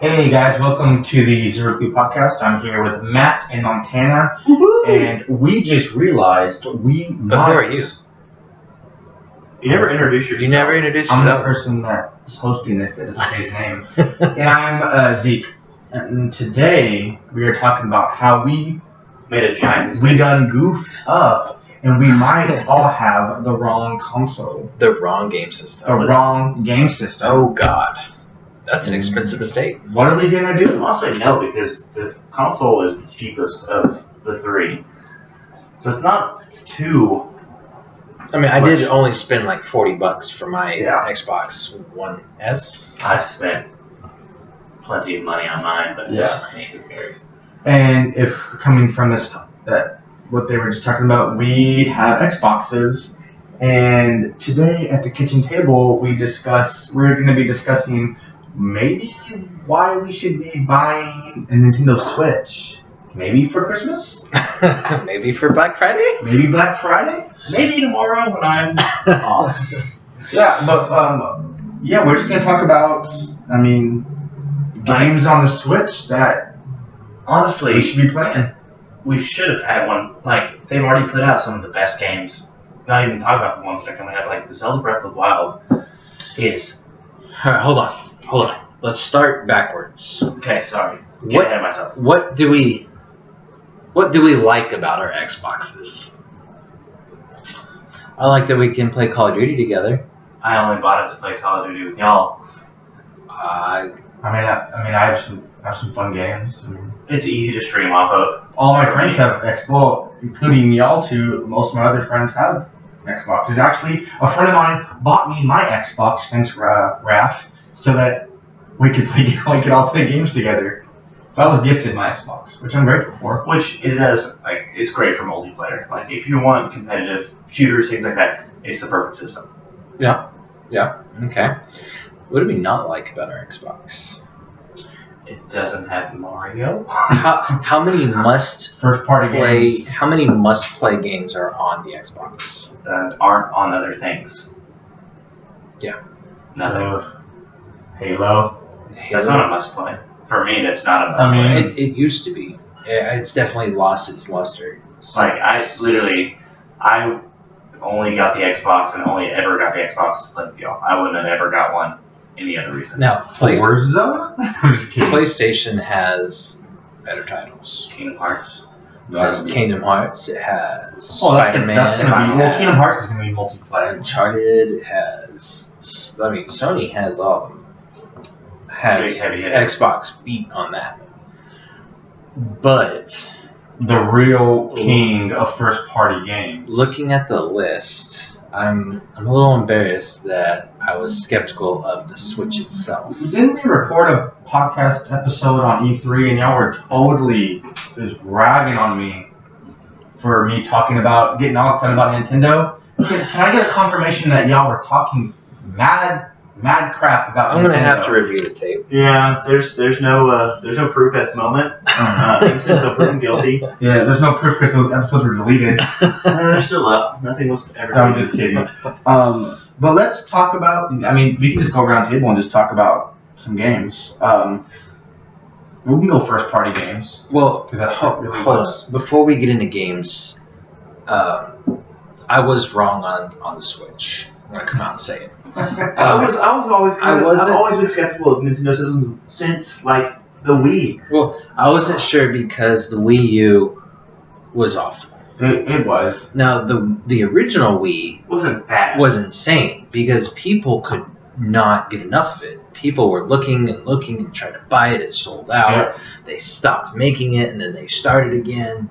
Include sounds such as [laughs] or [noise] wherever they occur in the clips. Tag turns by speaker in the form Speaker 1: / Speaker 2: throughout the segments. Speaker 1: Hey guys, welcome to the Zero Clue podcast. I'm here with Matt and Montana, and we just realized we
Speaker 2: Oh, who
Speaker 1: might.
Speaker 2: are you?
Speaker 3: You never introduce yourself.
Speaker 2: You never introduced
Speaker 1: I'm the
Speaker 2: yourself.
Speaker 1: person that's hosting this that doesn't say his
Speaker 2: [laughs]
Speaker 1: name, and I'm uh, Zeke. And today we are talking about how we
Speaker 3: made a giant mistake.
Speaker 1: we done goofed up, and we
Speaker 2: [laughs]
Speaker 1: might all have the wrong console,
Speaker 2: the wrong game
Speaker 1: the
Speaker 2: system.
Speaker 1: wrong game system.
Speaker 2: Oh God, that's an expensive mistake.
Speaker 1: What are we gonna do?
Speaker 3: I'll say no because the console is the cheapest of the three, so it's not too.
Speaker 2: I mean, I did
Speaker 3: Much.
Speaker 2: only spend like forty bucks for my
Speaker 3: Yeah.
Speaker 2: Xbox One S.
Speaker 3: I've spent plenty of money on mine, but
Speaker 1: Yeah.
Speaker 3: that's just me. Who cares?
Speaker 1: And if coming from this that what they were just talking about, we have Xboxes, and today at the kitchen table we discuss we're going to be discussing maybe why we should be buying a Nintendo Switch, maybe for Christmas,
Speaker 2: [laughs] Maybe for Black [laughs] Friday.
Speaker 1: maybe Black Friday.
Speaker 3: Maybe tomorrow when I'm off.
Speaker 1: Yeah, but um, yeah, we're just going to talk about I mean games on the Switch that we
Speaker 3: Honestly,
Speaker 1: should be playing.
Speaker 3: we should have had one. Like they've already put out some of the best games. Not even talk about the ones that are coming up. Like the Zelda Breath of the Wild is
Speaker 2: All right, hold on, hold on. Let's start backwards.
Speaker 3: okay. Sorry, get
Speaker 2: What
Speaker 3: ahead of myself.
Speaker 2: what do we what do we like about our Xboxes? I like that we can play Call of Duty together.
Speaker 3: I only bought it to play Call of Duty with y'all.
Speaker 2: Uh,
Speaker 1: I mean, I, I mean, I have some I have some fun games. I mean,
Speaker 3: It's easy to stream off of.
Speaker 1: all my friends have Xbox, including y'all two. Most of my other friends have Xboxes. Actually, a friend of mine bought me my Xbox, thanks uh, Raph, so that we could [laughs] play, we could all play games together. So I was gifted my Xbox, which I'm grateful for.
Speaker 3: Which it has, like, it's great for multiplayer. Like, if you want competitive shooters, things like that, it's the perfect system.
Speaker 2: okay. What do we not like about our Xbox?
Speaker 3: It doesn't have Mario. [laughs]
Speaker 2: How, how many must
Speaker 1: First party
Speaker 2: play
Speaker 1: games.
Speaker 2: how many must play games are on the Xbox?
Speaker 3: That aren't on other things.
Speaker 2: Yeah.
Speaker 3: Nothing.
Speaker 1: Ugh. Halo.
Speaker 3: That's not a must play. For me, that's not a must
Speaker 1: I mean-
Speaker 3: play.
Speaker 2: it, it used to be. Yeah, It's definitely lost its luster.
Speaker 3: Like, I literally, I only got the Xbox and only ever got the Xbox to play with y'all. I wouldn't have ever got one any other reason.
Speaker 2: now Play-
Speaker 1: Forza. [laughs] I'm just kidding.
Speaker 2: PlayStation has better titles.
Speaker 3: Kingdom Hearts.
Speaker 2: It has Kingdom Hearts. It has
Speaker 1: Oh, that's gonna,
Speaker 2: Spider-Man.
Speaker 1: that's gonna be.
Speaker 2: it
Speaker 1: Well,
Speaker 2: has
Speaker 1: Kingdom Hearts is gonna be multiplayer.
Speaker 2: Uncharted. It has. s- I mean, Sony has all of them. Has
Speaker 3: Big heavy hitter.
Speaker 2: Xbox beat on that, but
Speaker 1: The real king of first party games.
Speaker 2: looking at the list, I'm I'm a little embarrassed that I was skeptical of the Switch itself.
Speaker 1: Didn't we record a podcast episode on E3 and y'all were totally just ragging on me for me talking about getting all excited about Nintendo? Can, can I get a confirmation that y'all were talking mad, mad crap about
Speaker 2: I'm
Speaker 1: Nintendo?
Speaker 2: gonna have to review the tape.
Speaker 3: Yeah, there's there's no uh, there's no proof at the moment.
Speaker 2: Uh, since I've proven
Speaker 3: guilty,
Speaker 1: Yeah, there's no proof because those episodes were deleted.
Speaker 3: they're still up. Nothing was ever.
Speaker 1: No, I'm just kidding. Um, but let's talk about. I mean, we can just go around the table and just talk about some games. Um, we can go first party games
Speaker 2: [laughs] Well,
Speaker 1: because that's
Speaker 2: Ho-
Speaker 1: what really
Speaker 2: hold on.
Speaker 1: was. [laughs]
Speaker 2: Before we get into games, um, I was wrong on, on the Switch. I'm gonna come out and say it.
Speaker 3: I
Speaker 2: Um,
Speaker 3: was I was always
Speaker 2: I
Speaker 3: kind of, I've
Speaker 2: wasn't-
Speaker 3: always been skeptical of Nintendo systems since like the Wii.
Speaker 2: I wasn't sure because the Wii U was awful.
Speaker 1: It, it was.
Speaker 2: Now the the original Wii
Speaker 3: It wasn't bad.
Speaker 2: was insane because people could not get enough of it. People were looking and looking and trying to buy it. It sold out.
Speaker 1: Yeah.
Speaker 2: They stopped making it and then they started again,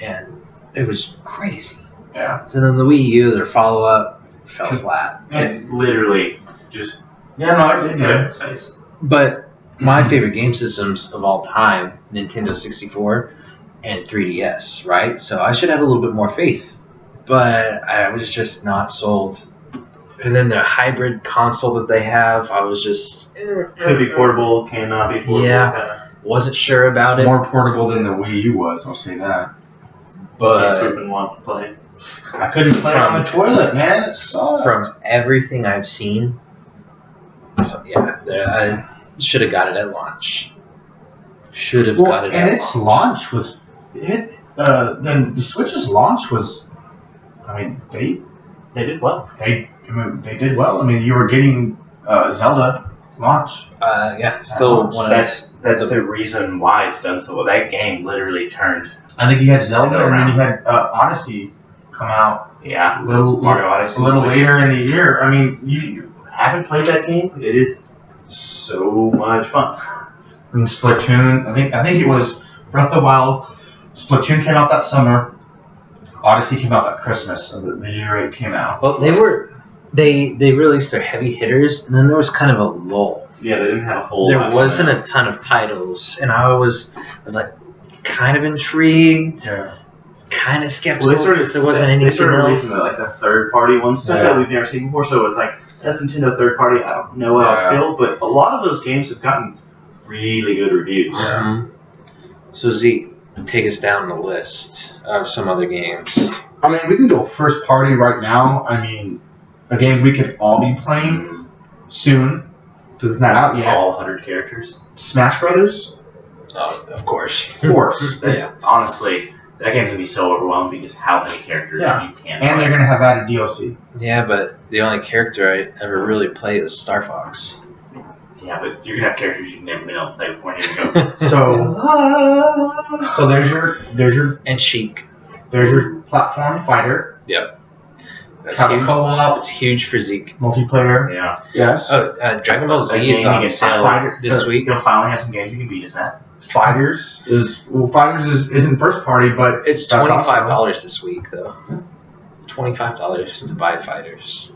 Speaker 2: and it was crazy.
Speaker 1: Yeah.
Speaker 2: So then the Wii U, their follow up, fell
Speaker 1: Cause-
Speaker 2: flat.
Speaker 1: Yeah,
Speaker 3: it literally just
Speaker 1: no, it, it
Speaker 3: yeah.
Speaker 1: did.
Speaker 3: its face.
Speaker 2: But my favorite game systems of all time, Nintendo 64 and 3DS, right? So I should have a little bit more faith. But I was just not sold. And then the hybrid console that they have, I was just
Speaker 3: Could be portable, cannot be portable.
Speaker 2: Yeah.
Speaker 3: kinda.
Speaker 2: wasn't sure about
Speaker 1: It's
Speaker 2: it.
Speaker 1: more portable than the Wii U was. I'll say that.
Speaker 3: Can't
Speaker 2: But
Speaker 3: prove and want to play.
Speaker 1: I couldn't play it on the toilet, man. It sucked.
Speaker 2: from everything I've seen, yeah, I, Should have got it at launch. Should have
Speaker 1: Well,
Speaker 2: got it
Speaker 1: and
Speaker 2: at
Speaker 1: its launch was it. Uh, then the Switch's launch was. I mean, they
Speaker 4: They did well.
Speaker 1: they I mean, they did well. I mean, you were getting uh, Zelda launch.
Speaker 2: Uh, yeah, still
Speaker 1: launch.
Speaker 2: one of those.
Speaker 4: That's that's the reason why it's done so well. That game literally turned.
Speaker 1: I think you had Zelda, and then
Speaker 4: around.
Speaker 1: you had uh, Odyssey come out a
Speaker 4: Yeah,
Speaker 1: little
Speaker 4: Mario
Speaker 1: a
Speaker 4: Odyssey.
Speaker 1: little
Speaker 4: which-
Speaker 1: later in the year. I mean, you, you
Speaker 4: Haven't played that game. It is so much fun.
Speaker 1: and Splatoon. I think I think it was Breath of the Wild. Splatoon came out that summer. Odyssey came out that Christmas of the, the year it came out.
Speaker 2: Well, they were. They they released their heavy hitters, and then there was kind of a lull.
Speaker 4: Yeah, they didn't have a whole.
Speaker 2: there wasn't a ton of titles, and I was I was like kind of intrigued,
Speaker 1: Yeah.
Speaker 2: kind of skeptical
Speaker 3: Well, they started.
Speaker 2: because there wasn't
Speaker 3: they
Speaker 2: anything
Speaker 3: started
Speaker 2: else.
Speaker 3: releasing the, like the third party ones stuff
Speaker 2: Yeah.
Speaker 3: that we've never seen before. So it's like that's Nintendo third party. I don't know how
Speaker 1: Yeah.
Speaker 3: I feel, but a lot of those games have gotten really good reviews.
Speaker 1: Yeah.
Speaker 2: Mhm. So Zeke, take us down the list of some other games.
Speaker 1: I mean, we can go first party right now. I mean, a game we could all be playing soon because it's not out yet.
Speaker 3: All hundred characters.
Speaker 1: Smash Brothers,
Speaker 2: Oh, of course.
Speaker 1: of course,
Speaker 4: That's honestly that game's gonna be so overwhelming because how many characters
Speaker 1: Yeah.
Speaker 4: you can.
Speaker 1: and they're gonna have added DLC.
Speaker 2: Yeah, but the only character I ever really played was Star Fox.
Speaker 4: yeah, but you're gonna have characters you've never been able to play before. And you're gonna go.
Speaker 1: So, [laughs] so there's your there's your
Speaker 2: and Sheik.
Speaker 1: there's your platform fighter.
Speaker 2: That's
Speaker 1: Have a
Speaker 2: huge.
Speaker 1: co-op
Speaker 2: That's huge for Zeke.
Speaker 1: multiplayer. [laughs]
Speaker 4: yeah,
Speaker 1: Yes,
Speaker 2: Oh, uh, Dragon Ball
Speaker 4: That
Speaker 2: Z is
Speaker 4: game
Speaker 2: on
Speaker 4: against
Speaker 2: sale
Speaker 1: Fighter-
Speaker 2: this week.
Speaker 4: you'll finally have some games you can beat us at.
Speaker 1: fighters is well, fighters is isn't first party, but
Speaker 2: It's
Speaker 1: That's
Speaker 2: twenty
Speaker 1: awesome.
Speaker 2: five dollars this week though. Twenty five dollars to buy fighters.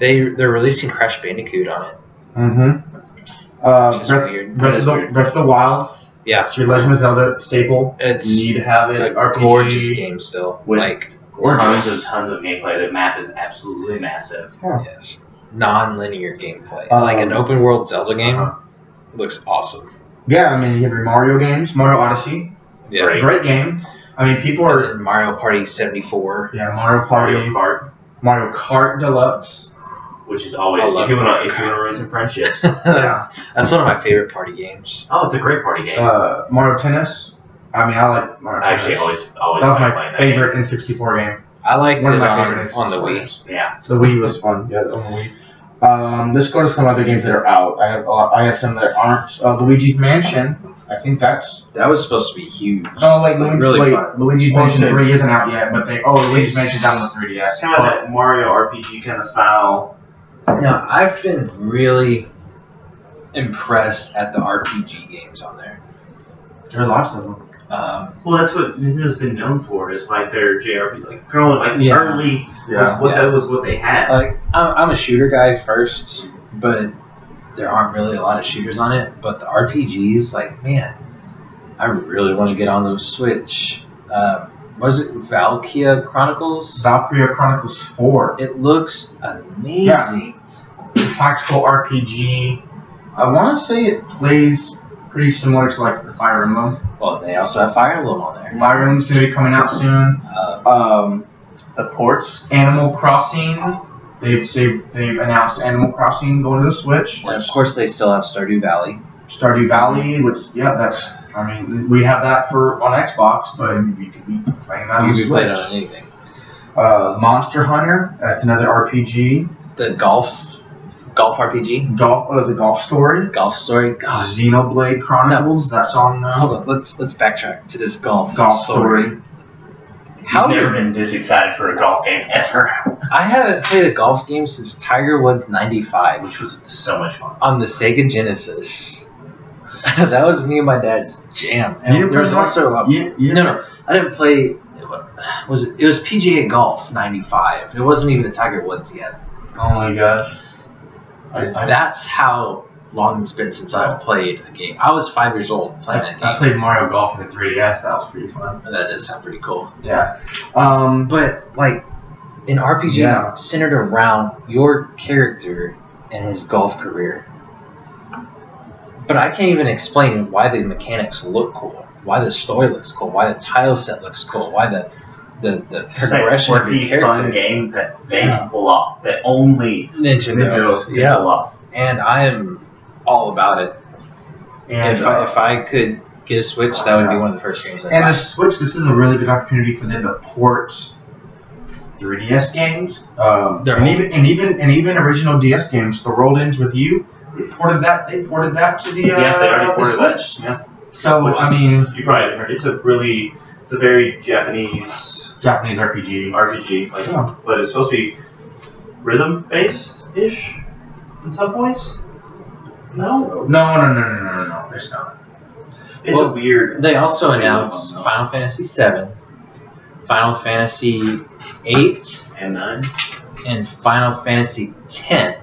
Speaker 2: They they're releasing Crash Bandicoot on it,
Speaker 1: mm-hmm.
Speaker 2: which
Speaker 1: Uh,
Speaker 2: is
Speaker 1: Breath,
Speaker 2: weird.
Speaker 1: Breath
Speaker 4: That
Speaker 1: of
Speaker 4: is
Speaker 1: the
Speaker 4: weird.
Speaker 1: Breath of the Wild.
Speaker 2: Yeah.
Speaker 1: it's your Legend of Zelda staple.
Speaker 2: It's
Speaker 3: Need to have it.
Speaker 2: a
Speaker 3: Like RPG.
Speaker 2: gorgeous game still.
Speaker 3: with-
Speaker 2: like
Speaker 4: Tons and
Speaker 3: Gorgeous.
Speaker 4: tons of gameplay. The map is absolutely massive.
Speaker 2: yes, non linear gameplay.
Speaker 1: Um,
Speaker 2: like an open world Zelda game looks awesome.
Speaker 1: Yeah, I mean you have your Mario games, Mario Odyssey.
Speaker 2: Yeah.
Speaker 4: Great.
Speaker 1: Great game. I mean, people
Speaker 2: Or
Speaker 1: are
Speaker 2: Mario Party seventy four.
Speaker 1: yeah Mario Party,
Speaker 4: Mario Kart,
Speaker 1: Mario Kart Deluxe.
Speaker 4: which is always
Speaker 2: I love
Speaker 4: if you
Speaker 2: Mario
Speaker 4: wanna if
Speaker 2: Kart.
Speaker 4: you wanna ruin some friendships.
Speaker 2: [laughs]
Speaker 1: Yeah.
Speaker 2: [laughs] That's one of my favorite party games.
Speaker 4: oh, it's a great party game.
Speaker 1: Uh, Mario Tennis. I mean, I like Mario
Speaker 4: I
Speaker 1: Tennis.
Speaker 4: actually always always
Speaker 1: that was
Speaker 4: like
Speaker 1: my
Speaker 4: playing that
Speaker 1: favorite N64 game.
Speaker 2: I liked
Speaker 1: One
Speaker 2: it
Speaker 1: of my
Speaker 2: on,
Speaker 1: favorite
Speaker 2: on the
Speaker 1: N64
Speaker 2: Wii.
Speaker 1: games.
Speaker 4: game. Yeah,
Speaker 1: The Wii was fun. Yeah, on the Wii. Um, let's go to some other games that are out. I have a lot- I have some that aren't. Uh, Luigi's Mansion. I think that's
Speaker 2: That was supposed to be huge.
Speaker 1: oh wait, Luigi,
Speaker 2: Really
Speaker 1: wait,
Speaker 2: fun.
Speaker 1: Luigi's
Speaker 3: Well,
Speaker 1: Mansion
Speaker 3: shit.
Speaker 1: Three isn't out yet, but they oh Luigi's
Speaker 3: It's-
Speaker 1: Mansion's out on the 3DS.
Speaker 3: It's kind of
Speaker 1: but-
Speaker 3: that Mario RPG kind of style.
Speaker 2: Now, I've been really impressed at the RPG games on there.
Speaker 1: there are lots of them.
Speaker 2: Um,
Speaker 3: Well, that's what Nintendo's been known for. Is like their JRP, like growing like
Speaker 2: Yeah.
Speaker 3: early
Speaker 1: Yeah.
Speaker 3: was what
Speaker 2: Yeah. Uh,
Speaker 3: that was what they had.
Speaker 2: like, I'm I'm a shooter guy first, but there aren't really a lot of shooters on it. But the RPGs, like, man, I really want to get on the Switch. Um, was it Valkyria Chronicles?
Speaker 1: Valkyria Chronicles Four.
Speaker 2: it looks amazing.
Speaker 1: tactical RPG. I want to say it plays pretty similar to like the Fire Emblem.
Speaker 2: Well, they also have Fire Emblem on there.
Speaker 1: Fire Emblem's gonna be coming out soon.
Speaker 2: Uh,
Speaker 1: Um,
Speaker 3: The ports.
Speaker 1: Animal Crossing. They've, they've they've announced Animal Crossing going to the Switch.
Speaker 2: and of course, they still have Stardew Valley.
Speaker 1: Stardew Valley, which yeah, that's I mean we have that for on Xbox, but you could be playing that on
Speaker 2: You
Speaker 1: the
Speaker 2: can play it on
Speaker 1: Switch.
Speaker 2: anything.
Speaker 1: Uh, Monster Hunter. That's another RPG.
Speaker 2: the golf golf RPG,
Speaker 1: Golf was a golf story.
Speaker 2: golf story. God,
Speaker 1: Xenoblade Chronicles. That's on the
Speaker 2: hold on. Let's let's backtrack to this golf
Speaker 1: golf story.
Speaker 2: How
Speaker 4: I've never
Speaker 2: did,
Speaker 4: been this excited for a golf game ever, [laughs]
Speaker 2: I haven't played a golf game since Tiger Woods '95
Speaker 4: which was so much fun.
Speaker 2: on the Sega Genesis. [laughs] that was me and my dad's jam.
Speaker 1: You
Speaker 2: And
Speaker 1: didn't
Speaker 2: there was
Speaker 1: play
Speaker 2: also a,
Speaker 1: You, you
Speaker 2: no, no, I didn't play. Was it, it was PGA Golf '95? It wasn't even the Tiger Woods yet.
Speaker 1: Oh my gosh. I, I,
Speaker 2: That's how long it's been since I've played a game. I was five years old playing that
Speaker 1: I
Speaker 2: game.
Speaker 1: played Mario Golf in the 3DS. That was pretty fun.
Speaker 2: That does sound pretty cool.
Speaker 1: Yeah. Um,
Speaker 2: but like an RPG
Speaker 1: Yeah.
Speaker 2: centered around your character and his golf career. But I can't even explain why the mechanics look cool, why the story looks cool, why the tile set looks cool, why the the, the
Speaker 4: It's just like a
Speaker 2: progression of
Speaker 4: quirky,
Speaker 2: your
Speaker 4: fun
Speaker 2: character.
Speaker 4: game that they can pull off. That only
Speaker 2: Nintendo.
Speaker 4: Nintendo can
Speaker 2: Yeah.
Speaker 4: pull off.
Speaker 2: And I am all about it.
Speaker 1: And,
Speaker 2: if
Speaker 1: uh,
Speaker 2: I if I could get a Switch, that would be one of the first games I'd
Speaker 1: and
Speaker 2: buy.
Speaker 1: the Switch, this is a really good opportunity for them to port 3DS games, um,
Speaker 2: They're-
Speaker 1: and even and even and even original DS games. The World Ends with You, they ported that. They ported that to the uh,
Speaker 3: Yeah, they already
Speaker 1: the
Speaker 3: ported that.
Speaker 1: Switch.
Speaker 3: Yeah.
Speaker 1: So
Speaker 3: Which
Speaker 1: Oh, I
Speaker 3: is-
Speaker 1: mean,
Speaker 3: you probably haven't heard. It's a really, it's a very Japanese
Speaker 1: Japanese RPG.
Speaker 3: RPG, like,
Speaker 1: Yeah.
Speaker 3: but it's supposed to be rhythm based ish in some points. No,
Speaker 1: No, no, no, no, no, no, no. It's not.
Speaker 3: it's
Speaker 2: Well,
Speaker 3: a weird.
Speaker 2: They also announced
Speaker 3: Oh, no.
Speaker 2: Final Fantasy VII, Final Fantasy VIII,
Speaker 3: And nine.
Speaker 2: and Final Fantasy X.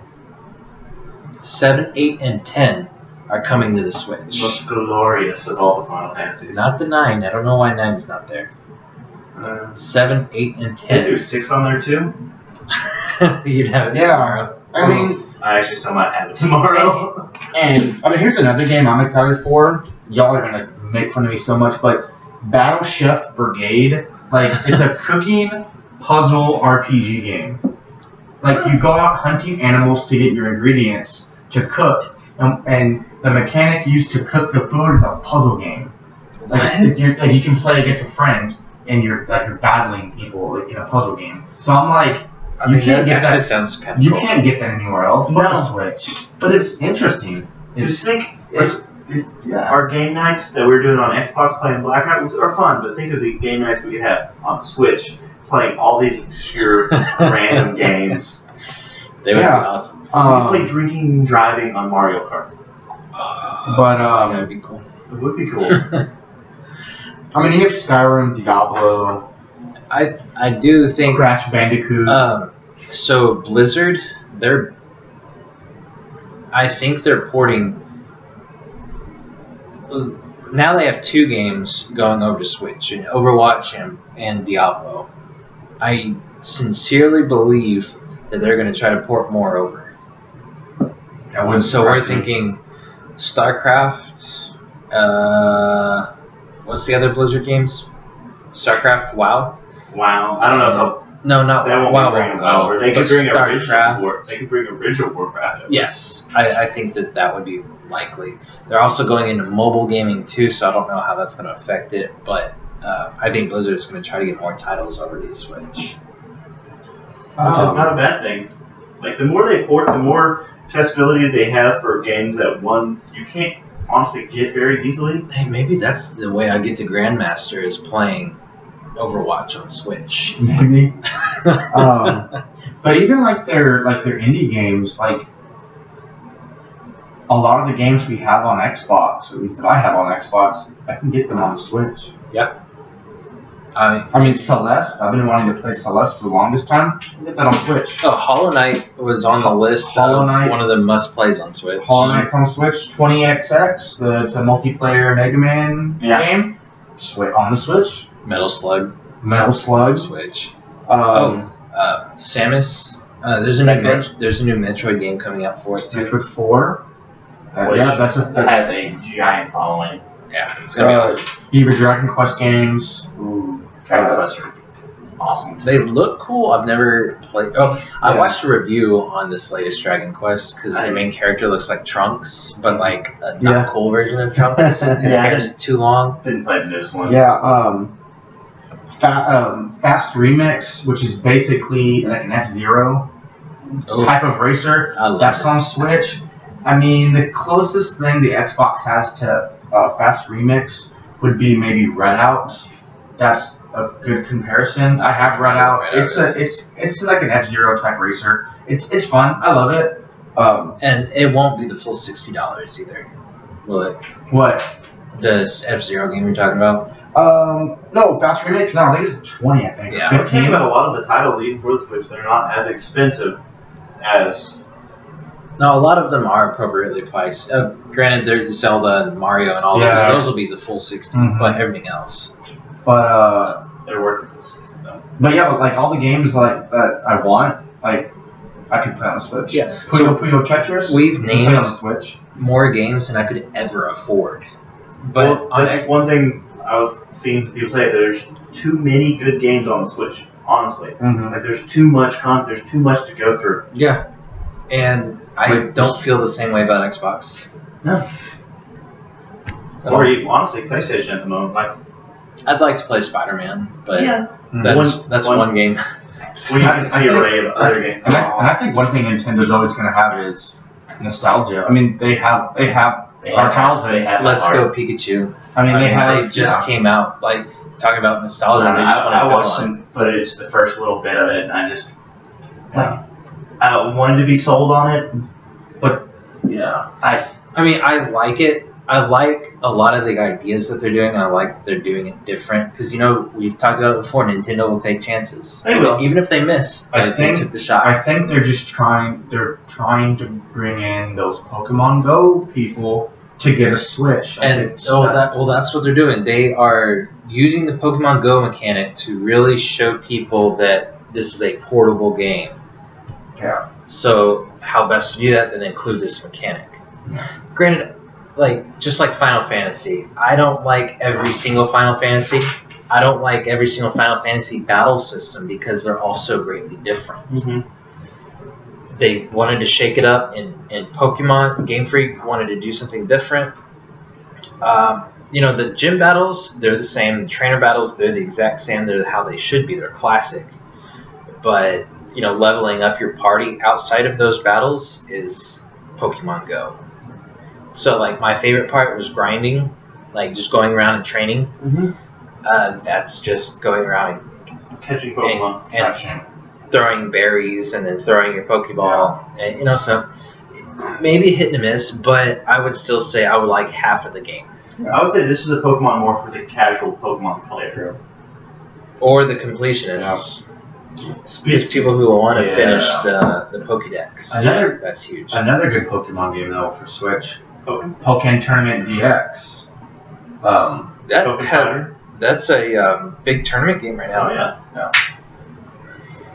Speaker 2: Seven, eight, and ten are coming to the Switch.
Speaker 3: Most glorious of all the Final Fantasies.
Speaker 2: Not the nine. I don't know why nine's not there.
Speaker 3: Uh,
Speaker 2: Seven, eight, and
Speaker 3: they threw
Speaker 2: ten.
Speaker 3: six on there too.
Speaker 2: [laughs] You'd have it
Speaker 1: Yeah.
Speaker 2: tomorrow.
Speaker 1: I mean,
Speaker 3: I actually still might have it [laughs] tomorrow.
Speaker 1: and I mean, here's another game I'm excited for. Y'all are gonna make fun of me so much, but Battle Chef Brigade, like it's a cooking puzzle RPG game. Like you go out hunting animals to get your ingredients to cook, and, and the mechanic used to cook the food is a puzzle game. Like,
Speaker 2: What?
Speaker 1: you like you can play against a friend, and you're like you're battling people like, in a puzzle game. So I'm like.
Speaker 2: I
Speaker 1: You
Speaker 2: mean,
Speaker 1: can't
Speaker 2: that
Speaker 1: get
Speaker 2: actually
Speaker 1: that-
Speaker 2: sounds kind of
Speaker 1: You
Speaker 2: cool. [laughs]
Speaker 1: can't get that anywhere else but the Switch. But it's interesting. [laughs] It's,
Speaker 3: Just think,
Speaker 1: it's, it's yeah.
Speaker 3: our game nights that we're doing on Xbox playing Blackout are fun, but think of the game nights we could have on Switch playing all these obscure [laughs]
Speaker 2: [laughs]
Speaker 3: random games.
Speaker 2: They would
Speaker 1: Yeah.
Speaker 2: be awesome.
Speaker 3: we play
Speaker 1: Um,
Speaker 3: drinking and driving on Mario Kart.
Speaker 1: but
Speaker 2: Oh, that
Speaker 1: um,
Speaker 2: would be cool.
Speaker 3: It would be cool.
Speaker 1: I mean, you have Skyrim, Diablo,
Speaker 2: [laughs] I do think
Speaker 1: Crash Bandicoot.
Speaker 2: Um, so Blizzard, they're, I think they're porting. Now they have two games going over to Switch, and Overwatch and, and Diablo. I sincerely believe that they're going to try to port more over.
Speaker 1: that wouldn't
Speaker 2: so we're
Speaker 1: surprise me.
Speaker 2: thinking StarCraft. Uh, what's the other Blizzard games? StarCraft, WoW.
Speaker 3: wow. I don't know
Speaker 2: No,
Speaker 3: if
Speaker 2: not
Speaker 3: that won't
Speaker 2: WoW.
Speaker 3: be bringing
Speaker 2: won't
Speaker 3: WoW,
Speaker 2: go,
Speaker 3: or they
Speaker 2: but
Speaker 3: could bring
Speaker 2: StarCraft.
Speaker 3: original war, they could bring original Warcraft. over.
Speaker 2: Yes, I, I think that that would be likely. They're also going into mobile gaming too, so I don't know how that's going to affect it. But uh, I think Blizzard is going to try to get more titles over to the Switch.
Speaker 3: Which is
Speaker 1: Um,
Speaker 3: not a bad thing. Like the more they port, the more testability they have for games that one you can't honestly get very easily.
Speaker 2: Hey, maybe that's the way I get to Grandmaster is playing Overwatch on Switch. [laughs]
Speaker 1: maybe. um, but even like their like their indie games, like a lot of the games we have on Xbox, or at least that I have on Xbox, I can get them on Switch.
Speaker 2: I,
Speaker 1: I mean, Celeste. I've been wanting to play Celeste for the longest time. I can get that on Switch.
Speaker 2: oh, Hollow Knight was on the list
Speaker 1: Hollow
Speaker 2: of
Speaker 1: Knight.
Speaker 2: one of the must plays on Switch.
Speaker 1: Hollow Knight's on Switch, 20XX, the, it's a multiplayer Mega Man
Speaker 3: Yeah.
Speaker 1: game. Switch on the Switch.
Speaker 2: Metal Slug
Speaker 1: Metal Slugs.
Speaker 2: Switch.
Speaker 1: Um,
Speaker 2: Uh, Samus. Uh, there's a new
Speaker 1: Metroid.
Speaker 2: Met- there's a new Metroid game coming out for it too.
Speaker 1: Metroid 4. Uh,
Speaker 3: Which
Speaker 1: yeah, that's a
Speaker 3: That
Speaker 1: that's
Speaker 3: has a giant following.
Speaker 2: Yeah, it's gonna be
Speaker 1: Uh,
Speaker 2: awesome.
Speaker 1: Eva Dragon Quest games.
Speaker 3: Ooh, Dragon Quest are awesome.
Speaker 2: They look cool. I've never played. Oh, I
Speaker 1: Yeah.
Speaker 2: watched a review on this latest Dragon Quest because the main character looks like Trunks, but like a not
Speaker 1: Yeah.
Speaker 2: cool version
Speaker 1: [laughs]
Speaker 2: of Trunks. His
Speaker 1: Yeah.
Speaker 2: hair's too long.
Speaker 3: Didn't play the newest one.
Speaker 1: Yeah, um, fa- um, Fast Remix, which is basically like an F Zero
Speaker 2: Oh,
Speaker 1: type of racer.
Speaker 2: I love
Speaker 1: That's
Speaker 2: it.
Speaker 1: on Switch. I mean, the closest thing the Xbox has to uh, Fast Remix would be maybe Redout. That's a good comparison. I have
Speaker 3: Oh,
Speaker 1: Redout.
Speaker 2: Redout
Speaker 1: It's a
Speaker 2: is-
Speaker 1: it's it's like an F Zero type racer. It's it's fun. I love it. Um,
Speaker 2: And it won't be the full sixty dollars either. Will it?
Speaker 1: what?
Speaker 2: The F Zero game you're talking about?
Speaker 1: Um, no, Fast Remix. No, I think it's twenty. I think
Speaker 2: Yeah.
Speaker 3: Let's think
Speaker 1: fifteen.
Speaker 3: about a lot of the titles even for the Switch. They're not as expensive as
Speaker 2: No, a lot of them are appropriately priced. Uh, granted, they're Zelda and Mario and all
Speaker 1: Yeah.
Speaker 2: those. Those will be the full 60
Speaker 1: Mhm.
Speaker 2: but everything else.
Speaker 1: But uh,
Speaker 3: they're worth it. for the Switch, though.
Speaker 1: but yeah, but like all the games like that I want, like I could play on the Switch.
Speaker 2: Yeah.
Speaker 1: Puyo Puyo Tetris.
Speaker 2: We've
Speaker 1: I can play on
Speaker 2: named
Speaker 1: the Switch.
Speaker 2: more games than I could ever afford. But
Speaker 3: Well,
Speaker 2: on
Speaker 3: that's one thing I was seeing some people say. There's too many good games on the Switch. Honestly,
Speaker 1: Mm-hmm.
Speaker 3: like there's too much con. There's too much to go through.
Speaker 2: Yeah, and I
Speaker 1: Like-
Speaker 2: don't feel the same way about Xbox.
Speaker 4: No.
Speaker 2: So,
Speaker 3: Or you, honestly, PlayStation at the moment. Like,
Speaker 2: I'd like to play Spider Man, but
Speaker 4: yeah.
Speaker 2: that's that's
Speaker 3: one-
Speaker 2: one, game.
Speaker 3: when you
Speaker 1: I-
Speaker 3: can see
Speaker 1: I
Speaker 3: a
Speaker 1: think-
Speaker 3: array of other games.
Speaker 1: And I, and I think one thing Nintendo's always going to have is nostalgia. I mean, they have they have
Speaker 4: They
Speaker 1: our
Speaker 4: have-
Speaker 1: childhood.
Speaker 4: They have
Speaker 2: Let's
Speaker 4: our-
Speaker 2: go Pikachu.
Speaker 1: I mean,
Speaker 2: I
Speaker 1: they
Speaker 2: mean,
Speaker 1: have
Speaker 2: they just
Speaker 1: yeah.
Speaker 2: came out like talking about nostalgia.
Speaker 4: I,
Speaker 2: they just
Speaker 4: I
Speaker 2: want to
Speaker 4: watched some footage, the first little bit of it, and I just
Speaker 3: Yeah.
Speaker 4: like, I wanted to be sold on it.
Speaker 3: Yeah.
Speaker 2: I mean, I like it. I like a lot of the ideas that they're doing, and I like that they're doing it different. Because you know we've talked about it before. Nintendo will take chances.
Speaker 4: They will.
Speaker 2: even if they miss.
Speaker 1: I
Speaker 2: like, they
Speaker 1: think-
Speaker 2: took the shot.
Speaker 1: I think they're just trying. They're trying to bring in those Pokemon Go people to get a Switch. I
Speaker 2: and
Speaker 1: think
Speaker 2: so that well, that's what they're doing. They are using the Pokemon Go mechanic to really show people that this is a portable game.
Speaker 1: Yeah.
Speaker 2: So how best to do that? Then include this mechanic.
Speaker 1: Yeah.
Speaker 2: Granted, like just like Final Fantasy, I don't like every single Final Fantasy. I don't like every single Final Fantasy battle system because they're all so greatly different they wanted to shake it up and, and pokemon game freak wanted to do something different um, you know the gym battles they're the same the trainer battles they're the exact same they're how they should be they're classic but you know leveling up your party outside of those battles is pokemon go so like my favorite part was grinding like just going around and training
Speaker 4: Mhm.
Speaker 2: uh, that's just going around
Speaker 3: Catching Pokemon.
Speaker 2: and, and throwing berries and then throwing your pokeball and you know so maybe hit and miss but i would still say i would like half of the game
Speaker 3: I would say this is a Pokemon more for the casual Pokemon player.
Speaker 2: or the completionists
Speaker 1: Speak-
Speaker 2: There's people who want to
Speaker 1: Yeah.
Speaker 2: finish the, the pokédex
Speaker 1: Another-
Speaker 2: that's huge
Speaker 1: Another good Pokemon game though for Switch,
Speaker 3: Pokemon.
Speaker 1: Pokemon Tournament DX. Um,
Speaker 2: that
Speaker 3: Pokemon
Speaker 2: had-
Speaker 3: player.
Speaker 2: that's a um, big tournament game right now
Speaker 3: Oh yeah.
Speaker 1: Yeah.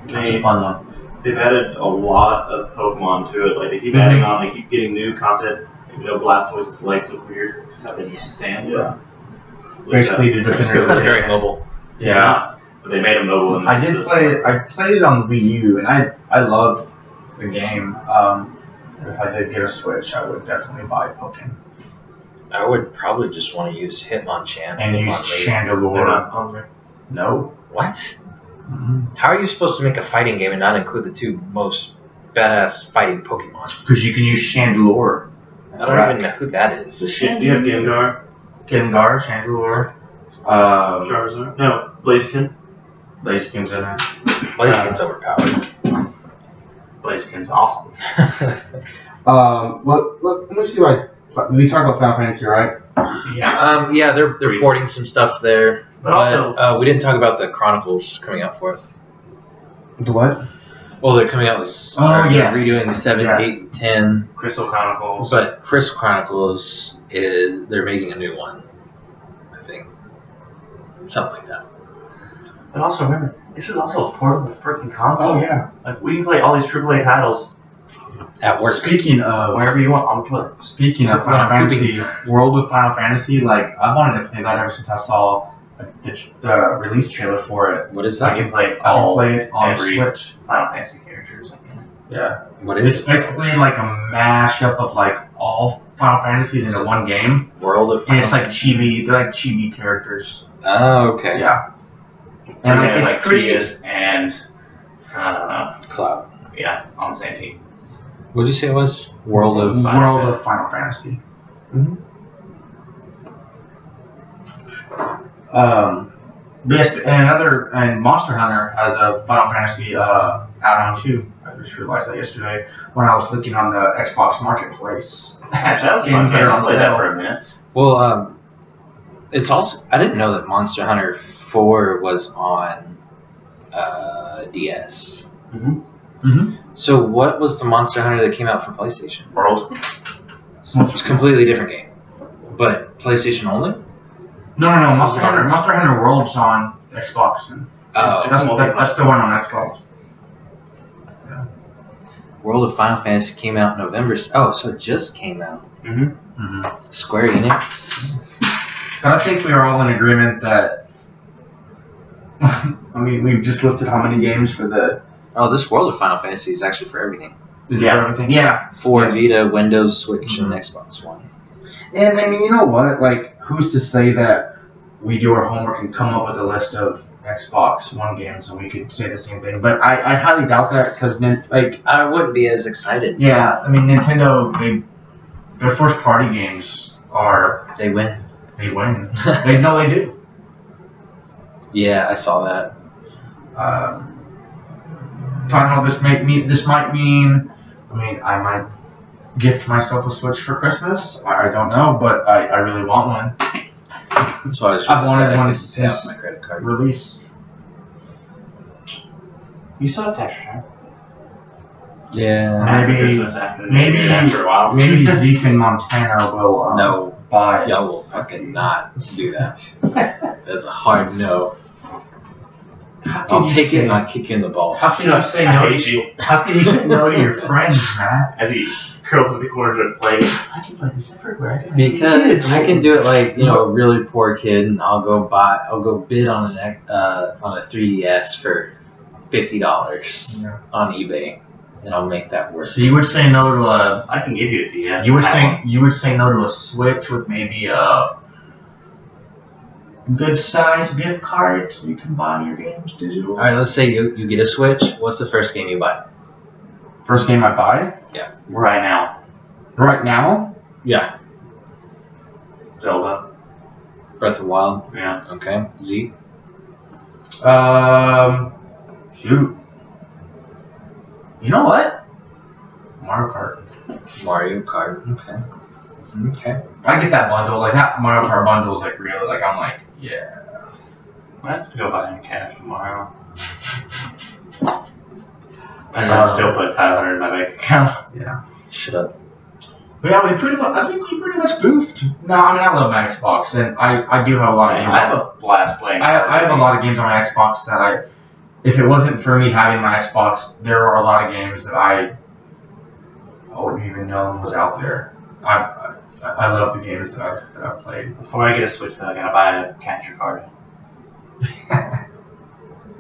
Speaker 3: They-
Speaker 1: that's a fun one.
Speaker 3: They've added a lot of Pokemon to it. Like they keep
Speaker 1: Mhm.
Speaker 3: adding on. They keep getting new content. You know, Blastoise's legs look weird. It's how they stand.
Speaker 1: Yeah,
Speaker 3: Like,
Speaker 1: basically to
Speaker 3: It's
Speaker 1: defend.
Speaker 2: it's not
Speaker 3: good.
Speaker 2: very mobile
Speaker 3: uh, it's
Speaker 1: Yeah.
Speaker 3: not, but they made a mobile. And
Speaker 1: I
Speaker 3: it's
Speaker 1: did
Speaker 3: this
Speaker 1: play.
Speaker 3: one.
Speaker 1: it- I played it on Wii U, and I I loved the game. Um, if I did get a Switch, I would definitely buy Pokemon
Speaker 2: i would probably just want to use hitmonchan
Speaker 1: and use
Speaker 2: Hitmonlee.
Speaker 3: They're
Speaker 1: Chandelure.
Speaker 3: not on there.
Speaker 1: No.
Speaker 2: what how are you supposed to make a fighting game and not include the two most badass fighting pokemon
Speaker 1: Because you can use Chandelure.
Speaker 2: I don't
Speaker 1: Right.
Speaker 2: even know who that is.
Speaker 3: The shit. Do you have Gengar,
Speaker 1: Gengar, Chandelure, um,
Speaker 3: Charizard? No, Blaziken.
Speaker 1: Blaziken's in it.
Speaker 2: Blaziken's overpowered.
Speaker 4: Blaziken's awesome.
Speaker 1: Um, well, look, let me see if I, we talk about Final Fantasy, right?
Speaker 4: Yeah.
Speaker 2: um, yeah, they're they're porting some stuff there.
Speaker 4: But also,
Speaker 2: uh, we didn't talk about the Chronicles coming out for it.
Speaker 1: The what?
Speaker 2: Well, they're coming out with s-
Speaker 1: Oh,
Speaker 2: or they're
Speaker 1: yes.
Speaker 2: redoing seven,
Speaker 1: Yes.
Speaker 2: eight, ten.
Speaker 4: Crystal Chronicles.
Speaker 2: But Chris Chronicles is they're making a new one, I think, something like that.
Speaker 4: But also remember, this is also a portable freaking console.
Speaker 1: Oh, yeah.
Speaker 4: Like we can play all these AAA titles
Speaker 2: At work,
Speaker 1: Speaking of
Speaker 4: wherever you want on the toilet.
Speaker 1: Speaking of Final
Speaker 2: Wow,
Speaker 1: Fantasy, World of Final Fantasy, like I wanted to play that ever since I saw like, the, the release trailer for it.
Speaker 2: what is
Speaker 4: I
Speaker 2: that?
Speaker 4: can play
Speaker 1: I can
Speaker 4: all
Speaker 1: play it on
Speaker 4: every-
Speaker 1: Switch.
Speaker 4: Final Fantasy characters. I can.
Speaker 1: Yeah,
Speaker 2: What
Speaker 1: it's
Speaker 2: is it?
Speaker 1: basically like a mashup of like all Final Fantasies into one game,
Speaker 2: World of
Speaker 1: and it's like chibi, they're like chibi characters.
Speaker 2: oh okay,
Speaker 1: Yeah, and like
Speaker 4: Yeah,
Speaker 1: it's
Speaker 4: like
Speaker 1: pretty.
Speaker 4: Kias and I don't know.
Speaker 2: cloud.
Speaker 4: Yeah, on the same team.
Speaker 2: What did you say it was? World of
Speaker 4: Final
Speaker 1: World of Final Fantasy.
Speaker 2: Mhm.
Speaker 1: Um, but yes, and another and Monster Hunter has a Final Fantasy uh, add-on too. I just realized that yesterday when I was looking on the Xbox Marketplace.
Speaker 4: That
Speaker 1: [laughs]
Speaker 4: was fun.
Speaker 1: Games that are on
Speaker 4: I played that
Speaker 1: sale.
Speaker 4: for a minute.
Speaker 2: Well, um, it's also I didn't know that Monster Hunter Four was on uh, DS.
Speaker 4: Mhm.
Speaker 1: Mhm.
Speaker 2: So what was the Monster Hunter that came out for PlayStation?
Speaker 4: World.
Speaker 2: It's a completely different game, but PlayStation only.
Speaker 1: No, no, no. Monster Hunter, Monster Hunter World's on Xbox. And
Speaker 2: Oh,
Speaker 1: that's, that, that's the one on Xbox.
Speaker 2: World of Final Fantasy came out in November. s- Oh, so it just came out.
Speaker 1: Mm-hmm.
Speaker 2: Square Enix.
Speaker 1: But I think we are all in agreement that. [laughs] I mean, we've just listed how many games for the
Speaker 2: Oh, this World of Final Fantasy is actually for everything.
Speaker 1: Is
Speaker 4: Yeah.
Speaker 1: for everything. Yeah.
Speaker 2: for
Speaker 1: Yes.
Speaker 2: Vita, Windows, Switch, and Xbox One.
Speaker 1: And I mean, you know what? Like, who's to say that we do our homework and come up with a list of Xbox One games and we could say the same thing? But I, I highly doubt that because, like,
Speaker 2: I wouldn't be as excited.
Speaker 1: yeah, I mean, Nintendo, they, their first party games are
Speaker 2: They win. [laughs]
Speaker 1: they win. They know they do.
Speaker 2: yeah, I saw that.
Speaker 1: Um, I don't know. This might mean this might mean. I mean, I might gift myself a Switch for Christmas. I, I don't know, but I, I really want one.
Speaker 2: That's why I was
Speaker 1: I've wanted
Speaker 2: excited. I
Speaker 1: one
Speaker 2: could tap
Speaker 1: since-
Speaker 2: my credit card.
Speaker 1: Release.
Speaker 4: You still have to extra time.
Speaker 2: Yeah.
Speaker 1: Maybe-
Speaker 4: After Christmas, after New
Speaker 1: maybe-
Speaker 4: Year, after a while.
Speaker 1: Maybe Zeke in Montana will um,
Speaker 2: No,
Speaker 1: buy it.
Speaker 2: y'all will fucking not do [laughs] that. That's a hard no.
Speaker 1: How can
Speaker 2: I'll
Speaker 1: you
Speaker 2: take
Speaker 1: say,
Speaker 2: it and I'll kick you in the balls.
Speaker 1: How can you say
Speaker 3: [laughs] I
Speaker 1: no?
Speaker 2: [laughs]
Speaker 3: hate
Speaker 1: to-
Speaker 3: you.
Speaker 1: How can you say no to your friends, Matt?
Speaker 3: As he curls with the corners of his plate.
Speaker 1: I can play this everywhere. I
Speaker 2: Because I can do it like you know a really poor kid, and I'll go buy, I'll go bid on an X- uh, on a 3ds for fifty dollars
Speaker 1: Yeah.
Speaker 2: on eBay, and I'll make that work.
Speaker 1: So you would say no to uh, a
Speaker 4: I can give you a DS.
Speaker 1: You would
Speaker 4: I
Speaker 1: say
Speaker 4: won't.
Speaker 1: you would say no to a Switch with maybe a good sized gift card. You can buy your games digital.
Speaker 2: All right, let's say you, you get a Switch. What's the first game you buy?
Speaker 1: First game I buy
Speaker 4: right now,
Speaker 1: right now.
Speaker 2: Yeah,
Speaker 4: Zelda.
Speaker 2: Breath of the Wild.
Speaker 4: Yeah.
Speaker 2: Okay, Z.
Speaker 1: Um, shoot. You know what? Mario Kart.
Speaker 2: Mario Kart. Okay. Okay.
Speaker 1: I get that bundle. Like that Mario Kart bundle is like really like I'm like yeah.
Speaker 4: I have to go buy him cash tomorrow. [laughs] And
Speaker 1: Um,
Speaker 4: I'll still put 500 in my
Speaker 1: [laughs]
Speaker 4: bank account.
Speaker 2: Shut up.
Speaker 1: But yeah, we pretty much. I think we pretty much goofed. No, I mean I love my Xbox and I I do have a lot of games.
Speaker 4: I have a blast playing.
Speaker 1: I, I have a lot of games on my Xbox that I, if it wasn't for me having my Xbox, there are a lot of games that I, I wouldn't even know was out there. I, I, I love the games that I've, that I've played.
Speaker 4: Before I get a Switch, though, I gotta buy a
Speaker 1: [laughs]
Speaker 4: capture card. Because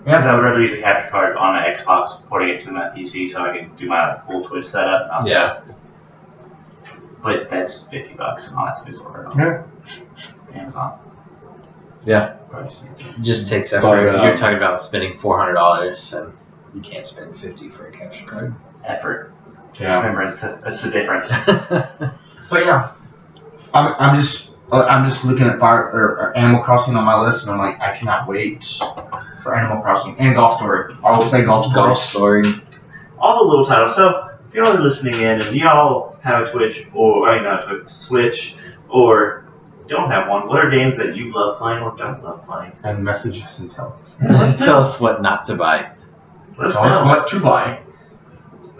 Speaker 1: Yeah,
Speaker 4: I would rather use a capture card on my Xbox, porting it to my PC so I can do my full Twitch setup. Um,
Speaker 2: Yeah.
Speaker 4: But that's 50 bucks and all that's disorder on
Speaker 1: Yeah.
Speaker 4: Amazon.
Speaker 2: Yeah.
Speaker 4: Price.
Speaker 2: It just takes effort.
Speaker 1: But, uh,
Speaker 2: You're talking about spending four hundred dollars, and you can't spend fifty for a capture card. [laughs]
Speaker 4: Effort.
Speaker 1: yeah.
Speaker 4: Remember, that's the, that's the difference.
Speaker 1: But yeah, I'm, I'm just uh, I'm just looking at Fire or, or Animal Crossing on my list, and I'm like, I cannot wait for Animal Crossing and Golf Story. I will play Golf Story.
Speaker 2: Golf story.
Speaker 3: all the little titles. So if y'all are listening in and y'all have a Twitch or I mean not a Twitch, Switch or don't have one, what are games that you love playing or don't love
Speaker 4: [laughs]
Speaker 3: playing?
Speaker 1: And message us and tell us.
Speaker 3: Let's
Speaker 2: Tell
Speaker 3: know.
Speaker 2: us what not to buy.
Speaker 3: Let's
Speaker 1: Tell us
Speaker 3: know.
Speaker 1: what to buy.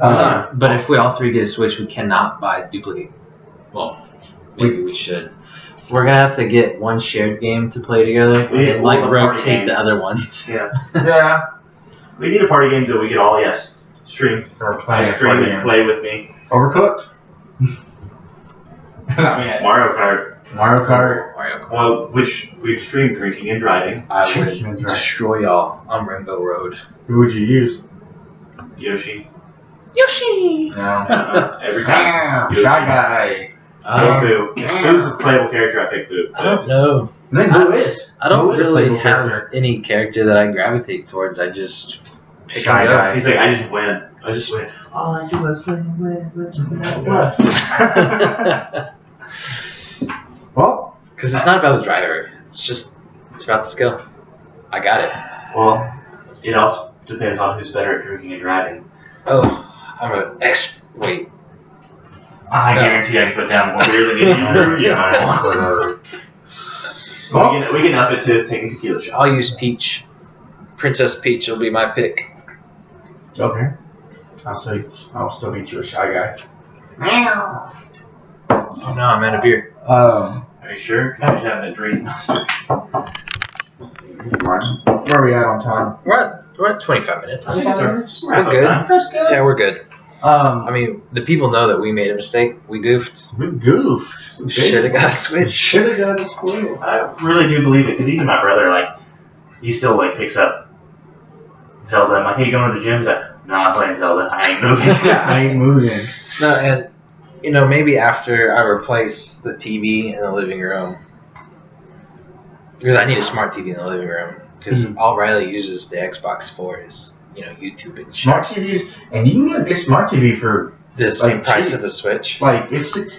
Speaker 1: Uh-huh.
Speaker 3: Uh,
Speaker 2: But if we all three get a Switch, we cannot buy duplicate. Well, maybe we should. We're gonna have to get one shared game to play together,
Speaker 3: We need
Speaker 2: and like
Speaker 3: one party
Speaker 2: rotate
Speaker 3: game.
Speaker 2: the other ones.
Speaker 3: Yeah.
Speaker 1: yeah.
Speaker 3: We need a party game that we could all yes stream,
Speaker 1: [laughs] Or
Speaker 2: Oh,
Speaker 1: playing
Speaker 3: stream and play with me.
Speaker 1: Overcooked. [laughs] I mean,
Speaker 3: Mario Kart,
Speaker 1: Mario Kart.
Speaker 2: Mario Kart.
Speaker 3: well, which we've streamed drinking and driving.
Speaker 2: I would destroy y'all on Rainbow Road.
Speaker 1: Who would you use?
Speaker 2: [laughs]
Speaker 3: Yoshi,
Speaker 2: Yoshi.
Speaker 1: No.
Speaker 3: uh, every time.
Speaker 1: Damn, Shy Guy.
Speaker 2: Um,
Speaker 3: Goku. If Boo's a playable character, I pick Boo.
Speaker 2: I don't know.
Speaker 1: I think Blue is.
Speaker 2: I don't
Speaker 1: Who is a
Speaker 2: really
Speaker 1: playable
Speaker 2: have
Speaker 1: character?
Speaker 2: any character that I gravitate towards. I just pick
Speaker 1: Shy
Speaker 2: them
Speaker 1: Guy.
Speaker 3: He's like, I just win. I just win.
Speaker 4: All I do is win, win, win,
Speaker 3: win,
Speaker 4: win.
Speaker 2: up.
Speaker 1: Well,
Speaker 2: Because it's not about the driver. It's just it's about the skill. I got it.
Speaker 4: Well, it also depends on who's better at drinking and driving.
Speaker 2: Oh, I'm an ex. Wait.
Speaker 4: I
Speaker 2: No.
Speaker 4: guarantee I can put down more beer than you can.
Speaker 2: Yeah. [laughs]
Speaker 3: we, can, we can up it to taking tequila shots.
Speaker 2: I'll use Peach. Princess Peach will be my pick.
Speaker 1: okay. I'll say I'll still beat you a Shy Guy.
Speaker 2: Oh no, I'm out of beer.
Speaker 1: Um,
Speaker 3: Are you sure?
Speaker 1: I
Speaker 3: just having a dream. [laughs]
Speaker 1: where are we at on time?
Speaker 2: We're at, we're at 25 minutes.
Speaker 3: I think it's our-
Speaker 2: We're good.
Speaker 1: That's good.
Speaker 2: Yeah, we're good. I
Speaker 1: Um,
Speaker 2: mean, the people know that we made a mistake. We goofed.
Speaker 1: we goofed.
Speaker 2: We should have got
Speaker 1: [laughs]
Speaker 2: a Switch.
Speaker 1: Should have got a square.
Speaker 3: I,
Speaker 4: really do believe it because even my brother, like, he still like picks up Zelda. I'm like, hey, you going to the gym? He's like, no, I'm playing Zelda. I ain't
Speaker 2: [laughs]
Speaker 4: moving.
Speaker 1: I ain't moving.
Speaker 2: No, and you know maybe after I replace the TV in the living room because I need a smart TV in the living room because
Speaker 1: Mm-hmm.
Speaker 2: all Riley uses the Xbox for is you know YouTube and shit.
Speaker 1: Smart TVs, and you can get a good smart TV for
Speaker 2: the same
Speaker 1: Like,
Speaker 2: price
Speaker 1: cheap.
Speaker 2: of a Switch.
Speaker 1: like it's. it's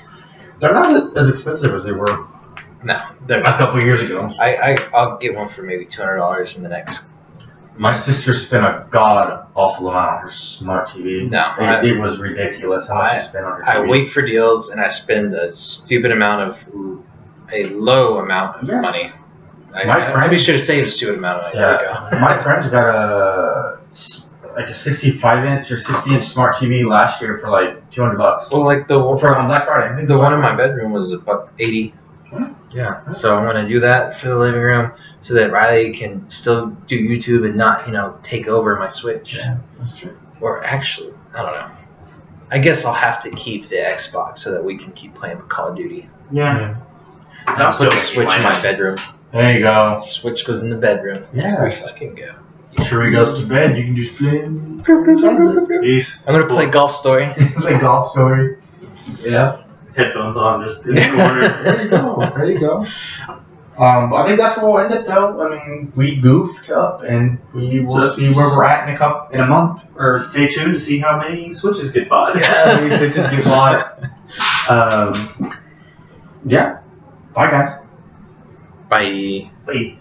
Speaker 1: they're not as expensive as they were
Speaker 2: No, they're
Speaker 1: a
Speaker 2: not.
Speaker 1: couple years ago.
Speaker 2: I, I I'll get one for maybe two hundred dollars in the next.
Speaker 1: My sister spent a god awful amount on her smart TV.
Speaker 2: No, I,
Speaker 1: It, it was ridiculous how much she spent on her
Speaker 2: I
Speaker 1: TV.
Speaker 2: wait for deals and I spend a stupid amount of a low amount of
Speaker 1: Yeah.
Speaker 2: money. I,
Speaker 1: My
Speaker 2: I, I
Speaker 1: friend-
Speaker 2: maybe should have saved a stupid amount of money. There we go.
Speaker 1: My friends got a s- like a 65 inch or 60 inch smart TV last year for like 200 bucks.
Speaker 2: Well, like the
Speaker 1: For on Black Friday, I think
Speaker 2: The
Speaker 1: Black
Speaker 2: one in my
Speaker 1: Friday.
Speaker 2: bedroom was about eighty.
Speaker 1: Hmm.
Speaker 2: Yeah. So I'm gonna do that for the living room so that Riley can still do YouTube and not, you know, take over my Switch.
Speaker 1: Yeah, that's true.
Speaker 2: Or actually, I don't know. I guess I'll have to keep the Xbox so that we can keep playing Call of Duty.
Speaker 3: Yeah.
Speaker 2: And I'll
Speaker 3: That's
Speaker 2: put the
Speaker 3: dope.
Speaker 2: Switch
Speaker 3: Why
Speaker 2: in my
Speaker 3: not?
Speaker 2: bedroom.
Speaker 1: There you go.
Speaker 2: Switch goes in the bedroom. We
Speaker 1: Yeah.
Speaker 2: fucking go.
Speaker 1: Sheree goes to bed. You can just play. [laughs]
Speaker 2: I'm
Speaker 3: These
Speaker 2: gonna play Golf Story.
Speaker 1: play golf [laughs] story. Yeah.
Speaker 3: headphones on
Speaker 2: [laughs]
Speaker 3: just in the corner.
Speaker 1: There you go. Oh, There you go. Um, but I think that's where we'll end it, though. I mean, we goofed up, and we will
Speaker 3: So-
Speaker 1: see where we're at in a cup in a month or
Speaker 3: Stay tuned to see how many switches
Speaker 2: [laughs]
Speaker 3: get bought.
Speaker 1: yeah, we could just get bought. Um, yeah. Bye, guys.
Speaker 2: Bye.
Speaker 3: Wait.